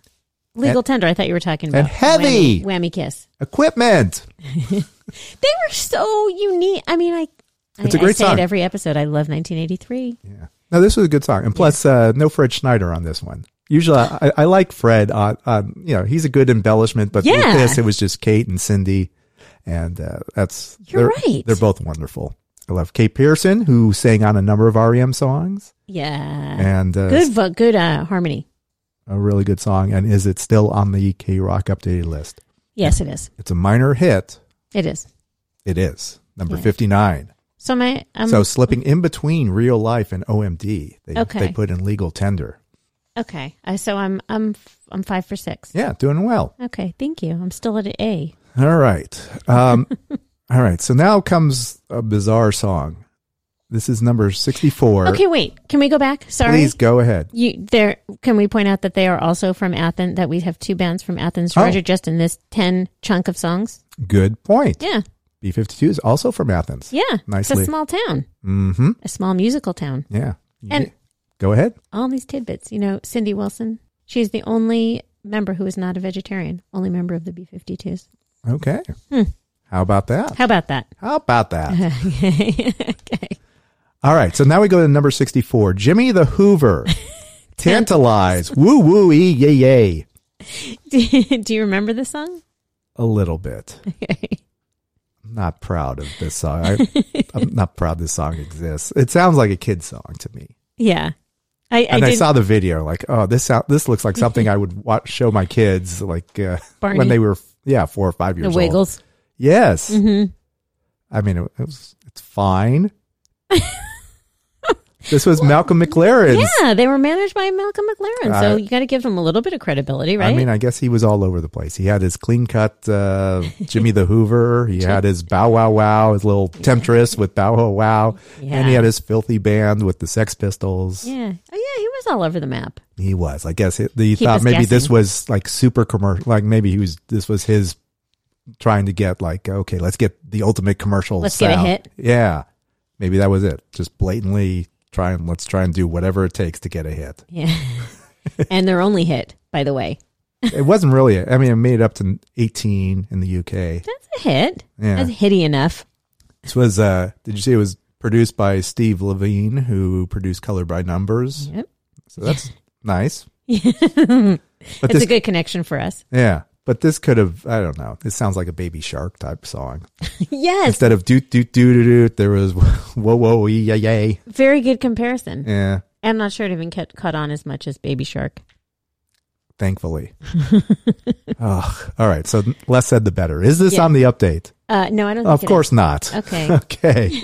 S2: Legal tender. I thought you were talking about
S1: and heavy.
S2: Whammy, whammy kiss.
S1: equipment.
S2: They were so unique. I mean, I.
S1: It's
S2: I,
S1: a great
S2: I say
S1: song.
S2: it every episode. I love 1983.
S1: Yeah. No, this was a good song, and plus, uh, no Fred Schneider on this one. Usually, I, I like Fred. On, on you know, he's a good embellishment, but with
S2: Yeah.
S1: this, it was just Kate and Cindy, and uh, that's
S2: You're
S1: they're-
S2: right.
S1: They're both wonderful. I love Kate Pearson, who sang on a number of REM songs,
S2: Yeah.
S1: and uh,
S2: good, vo- good uh, harmony.
S1: a really good song. And is it still on the K Rock updated list?
S2: Yes, it is.
S1: It's a minor hit.
S2: It is.
S1: It is number
S2: Yeah.
S1: fifty nine.
S2: So my um,
S1: so slipping in between real life and OMD, they
S2: Okay.
S1: they put in legal tender.
S2: okay. I so I'm I'm f- I'm five for six.
S1: Yeah, doing well.
S2: Okay, thank you. I'm still at an A.
S1: All right. Um, all right. So now comes a bizarre song. This is number 64.
S2: Okay, wait. Can we go back? Sorry.
S1: Please go ahead.
S2: You there? Can we point out that they are also from Athens? That we have two bands from Athens,
S1: Oh.
S2: Georgia, just in this ten chunk of songs.
S1: Good point.
S2: Yeah,
S1: B 52 is also from Athens.
S2: yeah. It's
S1: Nicely.
S2: a small town,
S1: Mm-hmm.
S2: a small musical town,
S1: Yeah.
S2: and
S1: Go ahead.
S2: all these tidbits. You know, Cindy Wilson. She's the only member who is not a vegetarian. Only member of the B52s.
S1: Okay.
S2: Hmm.
S1: How about that?
S2: How Uh-huh. about that?
S1: How about that?
S2: okay.
S1: All right. So now we go to number 64 Jimmy the Hoover. Tantalize. Woo woo ee yay yay.
S2: Do, do you remember the song?
S1: A little bit.
S2: Okay.
S1: I'm not proud of this song. I, I'm not proud this song exists. It sounds like a kid's song to me.
S2: Yeah. I, I
S1: and I,
S2: did.
S1: saw the video, like, oh, this sound, this looks like something I would watch, show my kids, like uh,
S2: Barney.
S1: when they were, yeah, four or five years
S2: the
S1: old.
S2: Wiggles.
S1: Yes,
S2: hmm
S1: I mean, it, it was, it's fine. this was Malcolm McLaren's.
S2: Yeah, they were managed by Malcolm McLaren, so
S1: Uh,
S2: you got to give them a little bit of credibility, right?
S1: I mean, I guess he was all over the place. He had his clean cut uh, Jimmy the Hoover. He had his Bow Wow Wow, his little temptress with Bow Wow Wow, and he
S2: Yeah.
S1: had his filthy band with the Sex Pistols.
S2: yeah. Oh, yeah, he was all over the map.
S1: He was. I guess it, he
S2: Keep
S1: thought
S2: us
S1: maybe this
S2: guessing.
S1: was like super commercial. Like maybe he was. This was his trying to get like okay, let's get the ultimate commercial.
S2: Let's get a
S1: sound.
S2: hit.
S1: Yeah, maybe that was it. Just blatantly try and let's try and do whatever it takes to get a hit.
S2: Yeah. and their only hit, by the way.
S1: It wasn't really. I mean, it made it up to 18 in the UK.
S2: That's a hit.
S1: Yeah.
S2: That's hitty enough.
S1: This was. uh Did you see? It was produced by Steve Levine, who produced Color by Numbers.
S2: Yep.
S1: So that's nice. But
S2: it's
S1: this
S2: a good connection for us.
S1: Yeah. But this could have, I don't know. This sounds like a baby shark type song.
S2: yes.
S1: Instead of doot, doot, doot, doot, doot, there was whoa, whoa, yay, yay.
S2: Very good comparison.
S1: Yeah.
S2: I'm not sure it even ca- caught on as much as Baby Shark.
S1: Thankfully. Ugh. All right. So less said the better. Is this
S2: Yeah.
S1: on the update?
S2: Uh, no, I don't think
S1: Of
S2: it
S1: course
S2: is.
S1: not.
S2: Okay.
S1: okay.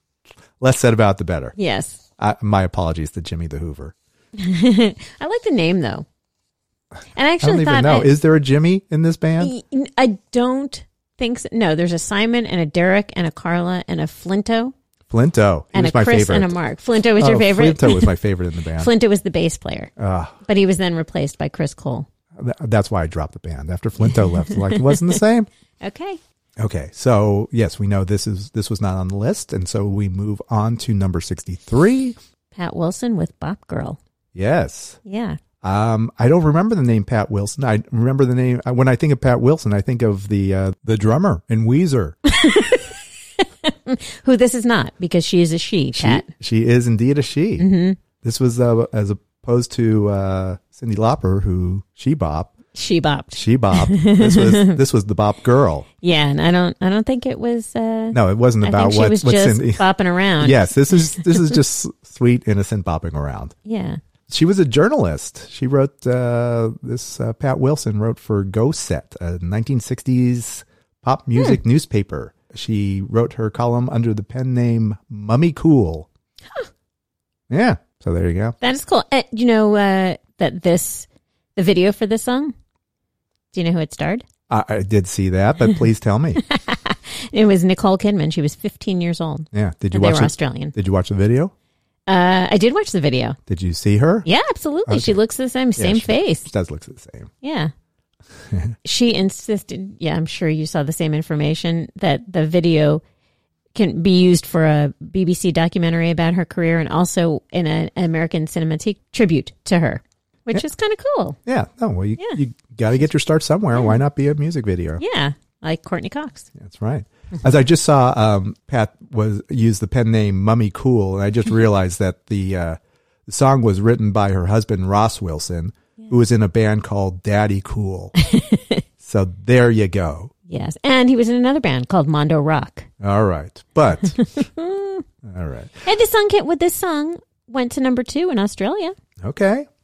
S1: less said about the better.
S2: Yes.
S1: I, my apologies to Jimmy the Hoover.
S2: I like the name, though. And I
S1: I don't
S2: actually
S1: even
S2: thought.
S1: know.
S2: I-
S1: Is there a Jimmy in this band?
S2: Y- I don't think so. No, there's a Simon and a Derek and a Carla and a Flinto
S1: Flinto. He
S2: and
S1: was
S2: a
S1: my
S2: Chris
S1: favorite.
S2: and a Mark. Flinto was your
S1: Oh,
S2: favorite?
S1: Flinto was my favorite in the band.
S2: Flinto was the bass player,
S1: Ugh.
S2: but he was then replaced by Chris Cole.
S1: Th- that's why I dropped the band after Flinto left. Like it wasn't the same.
S2: Okay.
S1: Okay, so yes, we know this is this was not on the list, and so we move on to number sixty-three.
S2: Pat Wilson with Bop Girl.
S1: Yes,
S2: Yeah.
S1: um, I don't remember the name Pat Wilson. I remember the name uh, when I think of Pat Wilson. I think of the uh, the drummer in Weezer.
S2: Who this is not because she is a she,
S1: She,
S2: Pat. Mm-hmm.
S1: she is indeed a she. This was uh, as opposed to uh, Cindy Lauper, who she bop,
S2: She bopped.
S1: she bop. this was this was the bop girl.
S2: Yeah, and I don't I don't think it was uh
S1: No, it wasn't
S2: I
S1: about
S2: think she
S1: what
S2: was
S1: what
S2: just
S1: Cindy.
S2: bopping around.
S1: Yes, this is this is just sweet innocent bopping around.
S2: Yeah.
S1: She was a journalist. She wrote uh, this. Uh, Pat Wilson wrote for Go Set, a 1960s pop music
S2: Hmm.
S1: newspaper. She wrote her column under the pen name Mummy Cool. Yeah. So there you go.
S2: That is cool. Uh, you know uh that this the video for this song? Do you know who it starred?
S1: I, I did see that, but please tell me.
S2: It was Nicole Kidman. She was 15 years old.
S1: Yeah. Did you
S2: they
S1: watch
S2: were
S1: the-
S2: Australian.
S1: Did you watch the video?
S2: Uh, I did watch the video.
S1: Did you see her?
S2: Yeah, absolutely. She looks the same,
S1: Yeah,
S2: same
S1: she-
S2: face.
S1: She does look the same.
S2: Yeah. she insisted, yeah, I'm sure you saw the same information that the video can be used for a BBC documentary about her career and also in a, an American Cinematique tribute to her, which is kind of cool.
S1: Yeah. No, well, you,
S2: Yeah.
S1: you got to get your start somewhere. Why not be a music video?
S2: Yeah, like Courtney Cox.
S1: That's right. As I just saw, um, Pat was used the pen name Mummy Cool, and I just realized that the, uh, the song was written by her husband Ross Wilson, who was in a band called Daddy Cool. so there you go.
S2: Yes. And he was in another band called Mondo Rock.
S1: All right, but all right,
S2: And this song hit with this song went to number two in Australia.
S1: okay.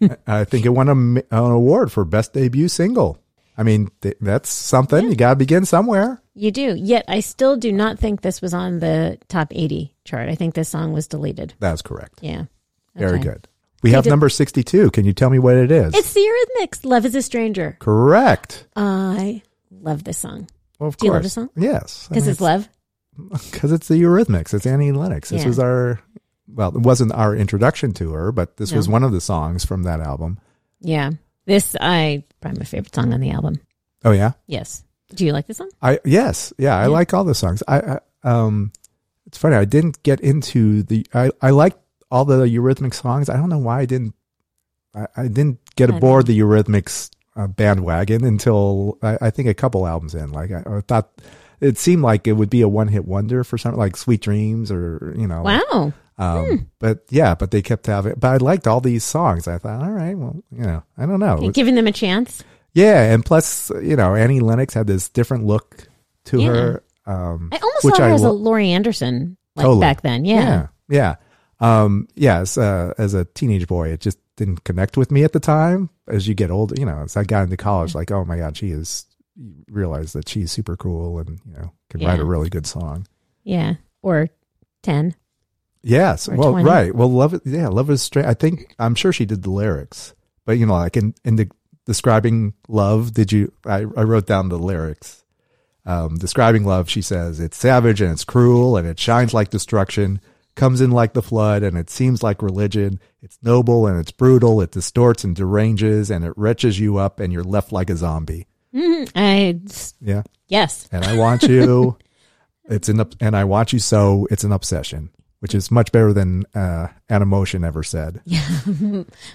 S1: I I think it won a, m- an award for best debut single. I mean, th- that's something. You got to begin somewhere.
S2: You do. Yet I still do not think this was on the top 80 chart. I think this song was deleted.
S1: That's correct.
S2: Yeah.
S1: Very
S2: Okay.
S1: good. We have
S2: did-
S1: number sixty-two. Can you tell me what it is?
S2: It's the Eurythmics, Love is a Stranger.
S1: correct.
S2: I love this song.
S1: Well, of course.
S2: Do you love this song?
S1: Yes.
S2: Because it's love.
S1: Because it's the Eurythmics. It's Annie Lennox. This
S2: Yeah.
S1: was our, well, it wasn't our introduction to her, but this was
S2: No.
S1: one of the songs from that album.
S2: Yeah. This, I, probably my favorite song on the album.
S1: Oh, yeah.
S2: Yes. Do you like this song?
S1: I, yes. Yeah. I like all the songs. I, I, um, it's funny. I didn't get into the, I, I liked all the Eurythmics songs. I don't know why I didn't, I, I didn't get
S2: I don't
S1: aboard the Eurythmics uh, bandwagon until I, I think a couple albums in. Like, I, I thought it seemed like it would be a one hit wonder for something like Sweet Dreams or, you know,
S2: Wow. Hmm.
S1: Um, But yeah, but they kept having. But I liked all these songs. I thought, all right, well, you know, I don't know.
S2: Giving them a chance.
S1: yeah, and plus, you know, Annie Lennox had this different look to
S2: Yeah.
S1: her. Um,
S2: I almost
S1: Which
S2: saw her
S1: I
S2: as a
S1: lo-
S2: Laurie Anderson like
S1: Totally.
S2: back then.
S1: yeah, yeah, um, yeah. As, uh, as a teenage boy, it just didn't connect with me at the time. As you get older, you know, as I got into college, like, oh my god, she is. You realize that she's super cool and you know can write
S2: Yeah.
S1: a really good song.
S2: Yeah. Or 10.
S1: Yes.
S2: Or
S1: well,
S2: 20.
S1: right. Well, love it. Yeah, love is strange. I think I'm sure she did the lyrics, but you know, like in in the describing love, did you? I I wrote down the lyrics. Um, describing love, she says it's savage and it's cruel and it shines like destruction, comes in like the flood and it seems like religion. It's noble and it's brutal. It distorts and deranges and it wretches you up and you're left like a zombie.
S2: Mm, I,
S1: Yeah,
S2: yes.
S1: and I want you. it's an up, and I want you so it's an obsession, which is much better than uh, an emotion ever said.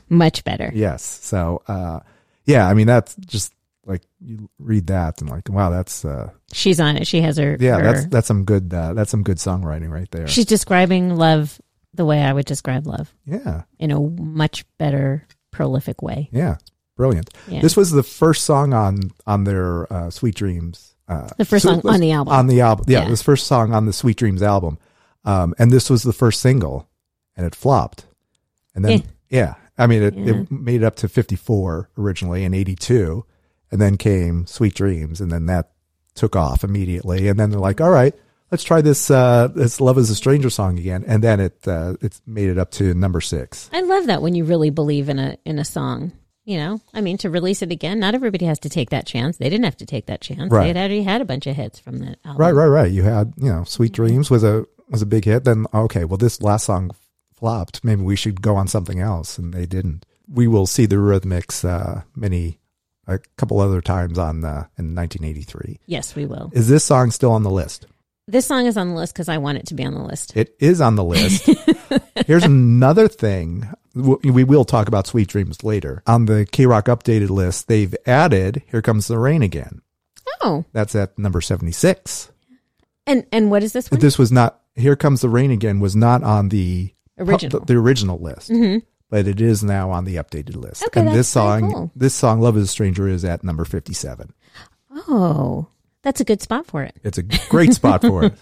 S2: Much better.
S1: Yes. So, uh, yeah, I mean that's just like you read that and like wow, that's uh,
S2: She's on it. She has her.
S1: yeah,
S2: her-
S1: that's that's some good uh, that's some good songwriting right there.
S2: she's describing love the way I would describe love
S1: yeah,
S2: in a much better, prolific way.
S1: yeah, brilliant.
S2: Yeah.
S1: This was the first song on on their uh, Sweet Dreams. Uh,
S2: The first song on the album.
S1: On the album, yeah,
S2: Yeah.
S1: this first song on the Sweet Dreams album, um, and this was the first single, and it flopped. And then, yeah, I mean, it, it made it up to fifty four originally in eighty two, and then came Sweet Dreams, and then that took off immediately. And then they're like, all right. Let's try this. Uh, this "Love Is a Stranger" song again, and then it uh, it's made it up to number six.
S2: I love that when you really believe in a in a song. You know, I mean, to release it again, not everybody has to take that chance. They didn't have to take that chance.
S1: Right.
S2: They had already had a bunch of hits from that album.
S1: Right, right, right. You had, you know, Sweet Dreams was a was a big hit. Then oh, okay, well this last song flopped. Maybe we should go on something else, and they didn't. We will see the Rhythmics uh, many a couple other times on uh, in 1983.
S2: Yes, we will.
S1: Is this song still on the list?
S2: This song is on the list because I want it to be on the list.
S1: It is on the list. Here's another thing. W- We will talk about Sweet Dreams later. On the K Rock updated list, they've added Here Comes the Rain Again.
S2: Oh,
S1: That's at number 76.
S2: and and what is this one?
S1: this was not here comes the rain again was not on the
S2: Original. Mm-hmm.
S1: the, original list but it is now on the updated list
S2: Okay,
S1: and this
S2: that's very
S1: song
S2: cool.
S1: this song love is a stranger is at number 57
S2: oh, that's a good spot for it.
S1: it's a great spot for it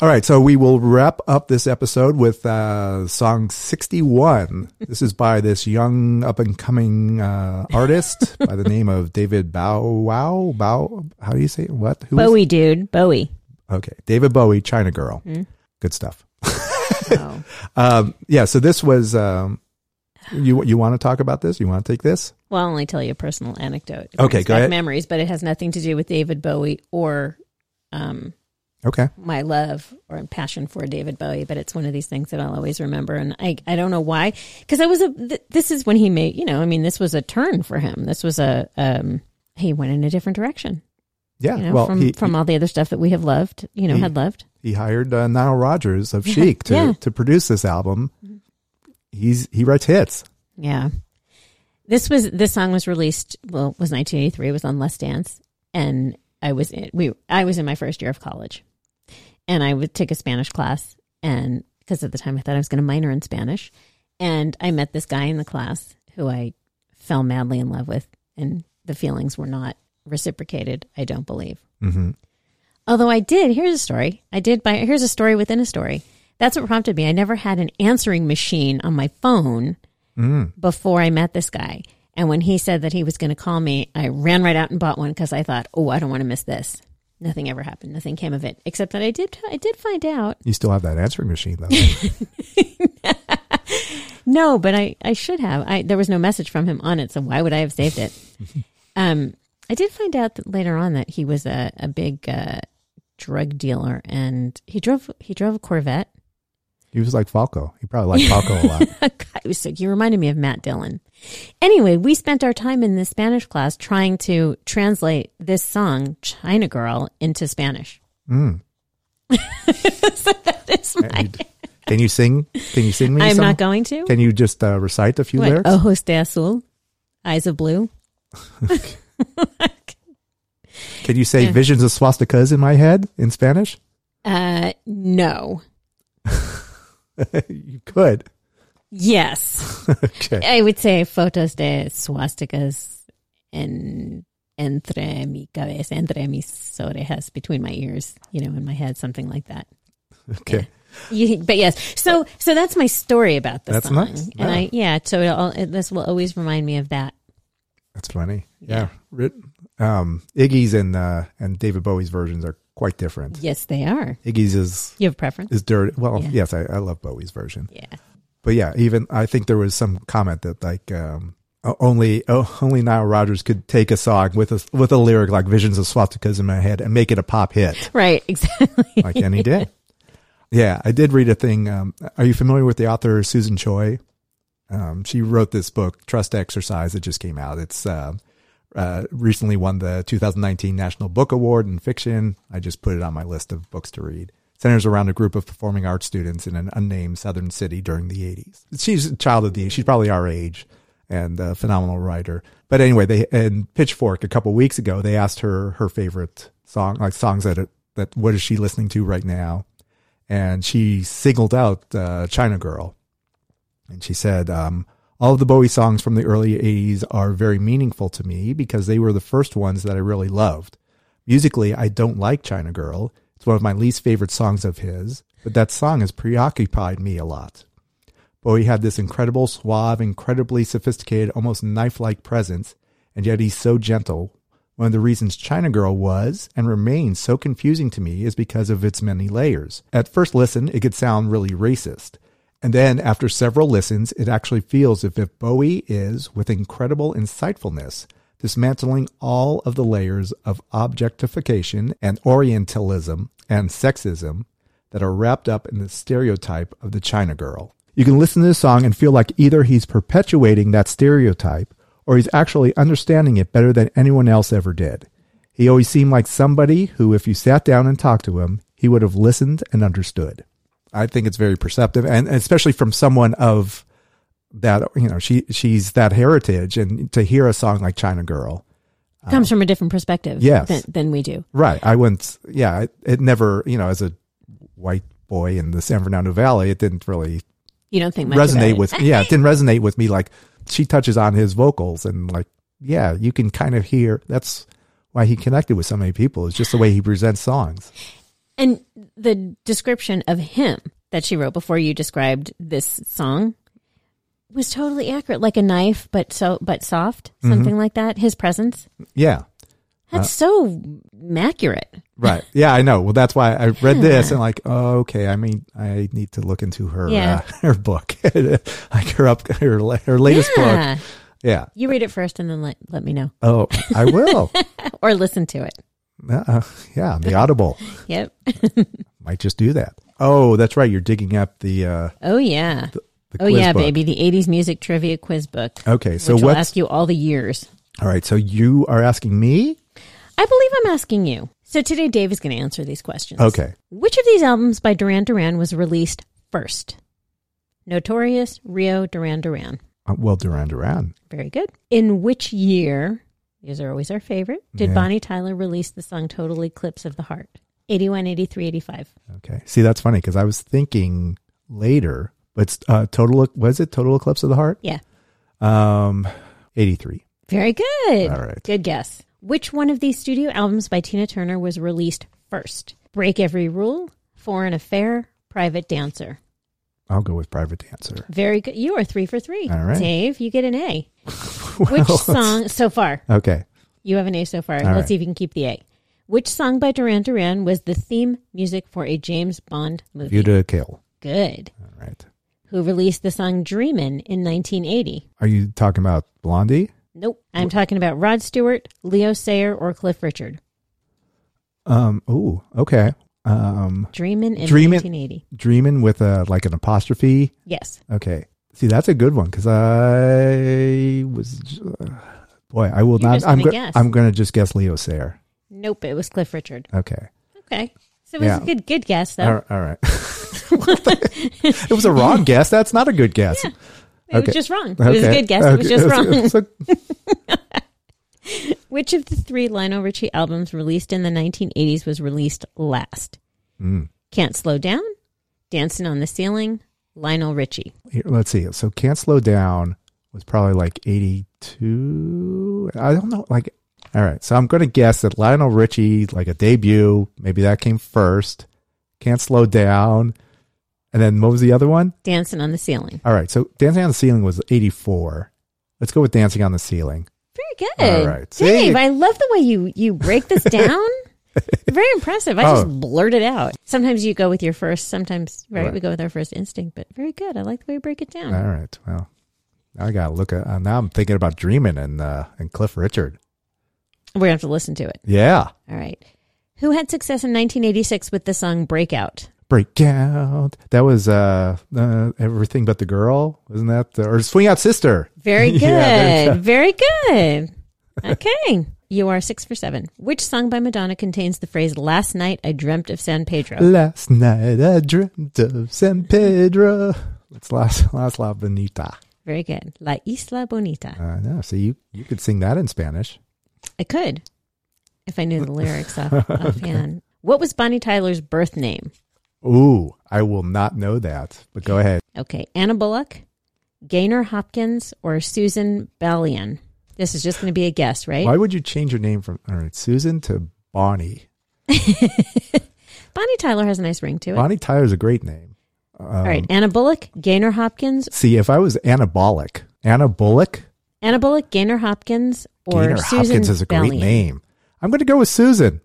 S1: all right so we will wrap up this episode with uh, song 61 this is by this young up and coming uh, artist by the name of david bow wow bow how do you say it? what who is-
S2: Bowie, dude, Bowie.
S1: okay david bowie china girl
S2: Mm-hmm.
S1: good stuff
S2: Oh.
S1: Um, yeah, so this was um, you. You want to talk about this? You want to take this?
S2: Well, I'll only tell you a personal anecdote. It
S1: Okay,
S2: brings
S1: go
S2: back
S1: ahead.
S2: Memories, but it has nothing to do with David Bowie or um,
S1: Okay.
S2: my love or passion for David Bowie, but it's one of these things that I'll always remember. And I, I don't know why, because I was a, th- this is when he made, you know, I mean, this was a turn for him. This was a, um, he went in a different direction,
S1: Yeah.
S2: you know,
S1: well,
S2: from,
S1: he,
S2: from all the other stuff that we have loved, you know,
S1: He-
S2: had loved.
S1: he hired uh, Nile Rodgers of Chic to,
S2: yeah.
S1: to produce this album. He's he writes hits.
S2: Yeah. This was, this song was released, well, it was 1983, it was on Let's Dance. And I was in, we, I was in my first year of college and I would take a Spanish class. And because at the time I thought I was going to minor in Spanish. And I met this guy in the class who I fell madly in love with. And the feelings were not reciprocated, I don't believe.
S1: hmm
S2: Although I did, here's a story. I did buy, here's a story within a story. That's what prompted me. I never had an answering machine on my phone
S1: Mm.
S2: before I met this guy. And when he said that he was going to call me, I ran right out and bought one because I thought, oh, I don't want to miss this. Nothing ever happened. Nothing came of it, except that I did. I did find out.
S1: You still have that answering machine though.
S2: No, but I, I should have. I there was no message from him on it, so why would I have saved it? um, I did find out that later on that he was a a big uh, drug dealer, and he drove he drove a Corvette.
S1: he was like Falco. He probably liked Falco a lot.
S2: God, it was so, you reminded me of Matt Dillon. Anyway, we spent our time in the Spanish class trying to translate this song, China Girl, into Spanish.
S1: Mm.
S2: so that is my.
S1: And you- can you sing? Can you sing me?
S2: I'm
S1: some?
S2: not going to.
S1: Can you just uh, recite a few
S2: What? Oh.
S1: lyrics?
S2: Ojos de azul, eyes of blue.
S1: Can you say "visions of swastikas" in my head in Spanish?
S2: Uh, no.
S1: you could.
S2: Yes,
S1: okay.
S2: I would say fotos de swastikas en entre mi cabeza, entre mis orejas, between my ears, you know, in my head, something like that.
S1: Okay.
S2: You, but yes, so so that's my story about this.
S1: That's
S2: song.
S1: nice.
S2: and I yeah. So it'll, it, this will always remind me of that.
S1: That's funny. Yeah. Rit- Um, Iggy's and uh, and David Bowie's versions are quite different.
S2: Yes, they are.
S1: Iggy's is
S2: You have a preference?
S1: is dirty. Well,
S2: Yeah.
S1: yes, I, I love Bowie's version.
S2: Yeah.
S1: But yeah, even I think there was some comment that like um, o- only oh, only Nile Rodgers could take a song with a with a lyric like "Visions of Swastikas in my head" and make it a pop hit,
S2: Right. Exactly.
S1: like and he did. Yeah, I did read a thing. Um, are you familiar with the author Susan Choi? Um, she wrote this book, Trust Exercise, that just came out. It's uh, uh, recently won the 2019 National Book Award in fiction. I just put it on my list of books to read. Centers around a group of performing arts students in an unnamed southern city during the 80s. She's a child of the 80s. She's probably our age and a phenomenal writer. But anyway, they and Pitchfork a couple weeks ago, they asked her her favorite song, like songs that that what is she listening to right now? And she singled out uh, China Girl. And she said, um, all of the Bowie songs from the early 80s are very meaningful to me because they were the first ones that I really loved. Musically, I don't like China Girl. It's one of my least favorite songs of his, but that song has preoccupied me a lot. Bowie had this incredible, suave, incredibly sophisticated, almost knife like presence, and yet he's so gentle. One of the reasons China Girl was and remains so confusing to me is because of its many layers. At first listen, it could sound really racist. And then after several listens, it actually feels as if Bowie is, with incredible insightfulness, dismantling all of the layers of objectification and Orientalism and sexism that are wrapped up in the stereotype of the China girl. You can listen to this song and feel like either he's perpetuating that stereotype or he's actually understanding it better than anyone else ever did. He always seemed like somebody who, if you sat down and talked to him, he would have listened and understood. I think it's very perceptive, and especially from someone of that you know she she's that heritage, and to hear a song like China Girl,
S2: Comes from a different perspective.
S1: Uh, Yes.
S2: Than, than we do.
S1: Right. I went, yeah, it, it never, you know, as a white boy in the San Fernando Valley, it didn't really
S2: You don't think much about
S1: resonate
S2: it.
S1: with, yeah, it didn't resonate with me. Like she touches on his vocals and like, yeah, you can kind of hear that's why he connected with so many people is just the way he presents songs.
S2: And the description of him that she wrote before you described this song was totally accurate, like a knife, but so but soft,
S1: Mm-hmm.
S2: something like that. His presence.
S1: Yeah. Uh,
S2: That's so accurate.
S1: Right. Yeah, I know. Well, that's why I read this and like, oh, okay. I mean, I need to look into her
S2: Yeah.
S1: uh, her book, like her up her la- her latest book.
S2: Yeah.
S1: Yeah.
S2: You read it first and then let, let me know
S1: Oh, I will.
S2: or listen to it.
S1: Uh, yeah, the Audible
S2: Yep.
S1: might just do that. Oh, that's right. You're digging up the uh,
S2: Oh yeah.
S1: the
S2: oh
S1: quiz
S2: yeah,
S1: book.
S2: baby. The '80s music trivia quiz book.
S1: Okay, so
S2: which will
S1: what's-
S2: ask you all the years.
S1: All right, so you are asking me.
S2: I believe I'm asking you. So today, Dave is going to answer these questions.
S1: Okay,
S2: Which of these albums by Duran Duran was released first? Notorious, Rio, Duran Duran.
S1: Uh, well, Duran Duran.
S2: Very good. In which year, these are always our favorite, did
S1: Yeah.
S2: Bonnie Tyler release the song Total Eclipse of the Heart? 81, 83, 85.
S1: Okay, see that's funny because I was thinking later, but it's, uh, total was it total eclipse of the heart?
S2: Yeah.
S1: Um, eighty three.
S2: Very good.
S1: All right.
S2: Good guess. Which one of these studio albums by Tina Turner was released first? Break Every Rule, Foreign Affair, Private Dancer.
S1: I'll go with Private Dancer.
S2: Very good. You are three for three.
S1: All right.
S2: Dave, you get an A.
S1: Well,
S2: Which song so far?
S1: Okay,
S2: You have an A so far.
S1: All
S2: Let's
S1: right.
S2: see if you can keep the A. Which song by Duran Duran was the theme music for a James Bond movie?
S1: View to a Kill.
S2: Good.
S1: All right.
S2: Who released the song Dreamin' in 1980?
S1: Are you talking about Blondie?
S2: Nope. I'm talking about Rod Stewart, Leo Sayer, or Cliff Richard.
S1: Um. Oh. Okay. Um.
S2: Dreamin' in
S1: Dreamin'-
S2: 1980.
S1: Dreaming with a like an apostrophe.
S2: Yes.
S1: Okay. See, that's a good one because I was. uh, boy, I will
S2: You're
S1: not.
S2: just
S1: I'm
S2: gonna
S1: go-
S2: guess.
S1: I'm going to just guess Leo Sayer.
S2: Nope. It was Cliff Richard.
S1: Okay.
S2: Okay. So it was
S1: Yeah.
S2: a good good guess though.
S1: All right. All right. it was a wrong guess. That's not a good guess.
S2: It was
S1: okay.
S2: just wrong. It was a
S1: Okay.
S2: good guess. It was
S1: Okay.
S2: just
S1: It
S2: wrong.
S1: was- it was
S2: Which of the three Lionel Richie albums released in the 1980s was released last?
S1: Hmm.
S2: Can't Slow Down, Dancing on the Ceiling, Lionel Richie.
S1: a- here, let's see. So can't slow down was probably like 82. I don't know. Like, all right. So I'm going to guess that Lionel Richie, like a debut, maybe that came first. Can't slow down. And then what was the other one?
S2: Dancing on the Ceiling.
S1: All right. So Dancing on the Ceiling was 84. Let's go with Dancing on the Ceiling.
S2: Very good.
S1: All right. See?
S2: Dave, I love the way you, you break this down. very impressive. I
S1: Oh.
S2: just blurt it out. Sometimes you go with your first, sometimes, right,
S1: Right.
S2: we go with our first instinct, but very good. I like the way you break it down.
S1: All right. Well, now I got to look at, uh, now I'm thinking about Dreaming and, uh, and Cliff Richard.
S2: We're going to have to listen to it.
S1: Yeah.
S2: All right. Who had success in 1986 with the song Breakout?
S1: Breakout. That was, uh, uh, Everything But the Girl. Wasn't that, the, or Swing Out Sister.
S2: Very good.
S1: Yeah, there you go.
S2: Very good. Okay. you are six for seven. Which song by Madonna contains the phrase, Last night I dreamt of San Pedro?
S1: Last night I dreamt of San Pedro. It's Las, Las La Bonita.
S2: Very good. La Isla Bonita.
S1: I know. So you, you could sing that in Spanish.
S2: I could if I knew the lyrics off, offhand. What was Bonnie Tyler's birth name?
S1: Ooh, I will not know that, but go ahead.
S2: Okay. Anna Bullock, Gaynor Hopkins, or Susan Ballion? This is just going to be a guess, right?
S1: Why would you change your name from all right, Susan to Bonnie?
S2: Bonnie Tyler has a nice ring to it.
S1: Bonnie Tyler's a great name. Um,
S2: All right. Anna Bullock, Gaynor Hopkins,
S1: See, if I was anabolic, Anna Bullock,
S2: Anna Bullock, Gaynor Hopkins, or
S1: Gaynor
S2: Susan
S1: Hopkins is a great
S2: Bellion.
S1: name. I'm going to go with Susan.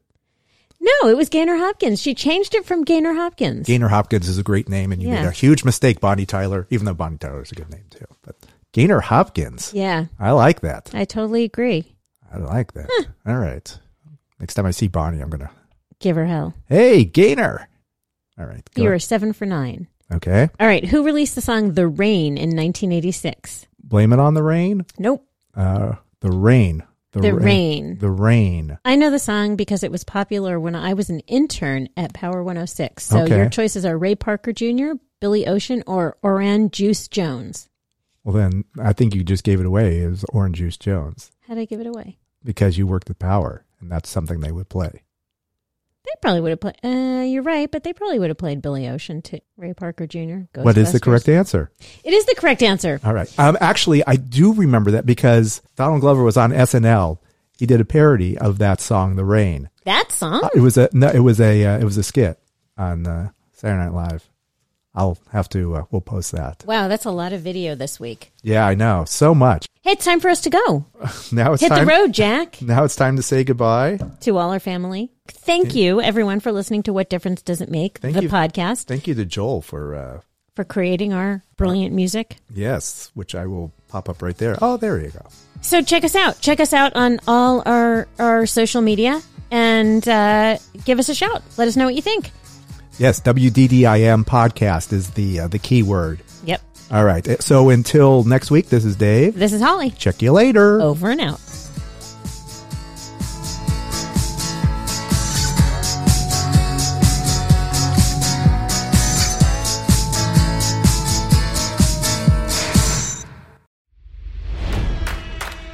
S2: No, it was Gaynor Hopkins. She changed it from Gaynor Hopkins.
S1: Gaynor Hopkins is a great name, and you
S2: Yeah.
S1: made a huge mistake, Bonnie Tyler. Even though Bonnie Tyler is a good name too, but Gaynor Hopkins,
S2: yeah,
S1: I like that.
S2: I totally agree.
S1: I like that. All right, next time I see Bonnie, I'm gonna
S2: Give her hell.
S1: hey Gaynor. All right, go-
S2: You are seven for nine.
S1: okay.
S2: All right, who released the song "The Rain" in 1986?
S1: Blame it on the rain.
S2: Nope,
S1: Uh, the rain.
S2: The rain.
S1: The rain.
S2: I know the song because it was popular when I was an intern at Power 106. So
S1: Okay.
S2: your choices are Ray Parker Jr., Billy Ocean, or Oran Juice Jones.
S1: Well, then I think you just gave it away as Orange Juice Jones
S2: How would I give it away?
S1: because you worked the power and that's something they would play.
S2: They probably would have played. Uh, you're right, but they probably would have played Billy Ocean too. Ray Parker Jr.
S1: What is the
S2: Ghostbusters.
S1: correct answer?
S2: It is the correct answer.
S1: All right. Um, actually, I do remember that because Donald Glover was on SNL. He did a parody of that song, "The Rain."
S2: That song.
S1: Uh, It was a no, it was a uh, it was a skit on uh, Saturday Night Live. I'll have to uh, we'll post that.
S2: Wow, that's a lot of video this week.
S1: Yeah, I know so much.
S2: Hey, it's time for us to go.
S1: Now Oh, it's
S2: Hit
S1: time.
S2: the road, Jack,
S1: Now it's time to say goodbye.
S2: to all our family. Thank you, everyone, for listening to What Difference Does It Make,
S1: Thank
S2: the
S1: you.
S2: podcast,
S1: Thank you to Joel for uh,
S2: for creating our brilliant music.
S1: yes, which I will pop up right there. Oh, there you go.
S2: So check us out. Check us out on all our, our social media. And and uh, give us a shout. Let us know what you think.
S1: Yes, WDDIM podcast is the uh, the key word.
S2: Yep.
S1: All right. So until next week, this is Dave.
S2: This is Holly.
S1: Check you later.
S2: Over and out.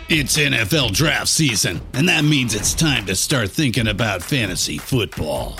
S4: It's NFL draft season, and that means it's time to start thinking about fantasy football.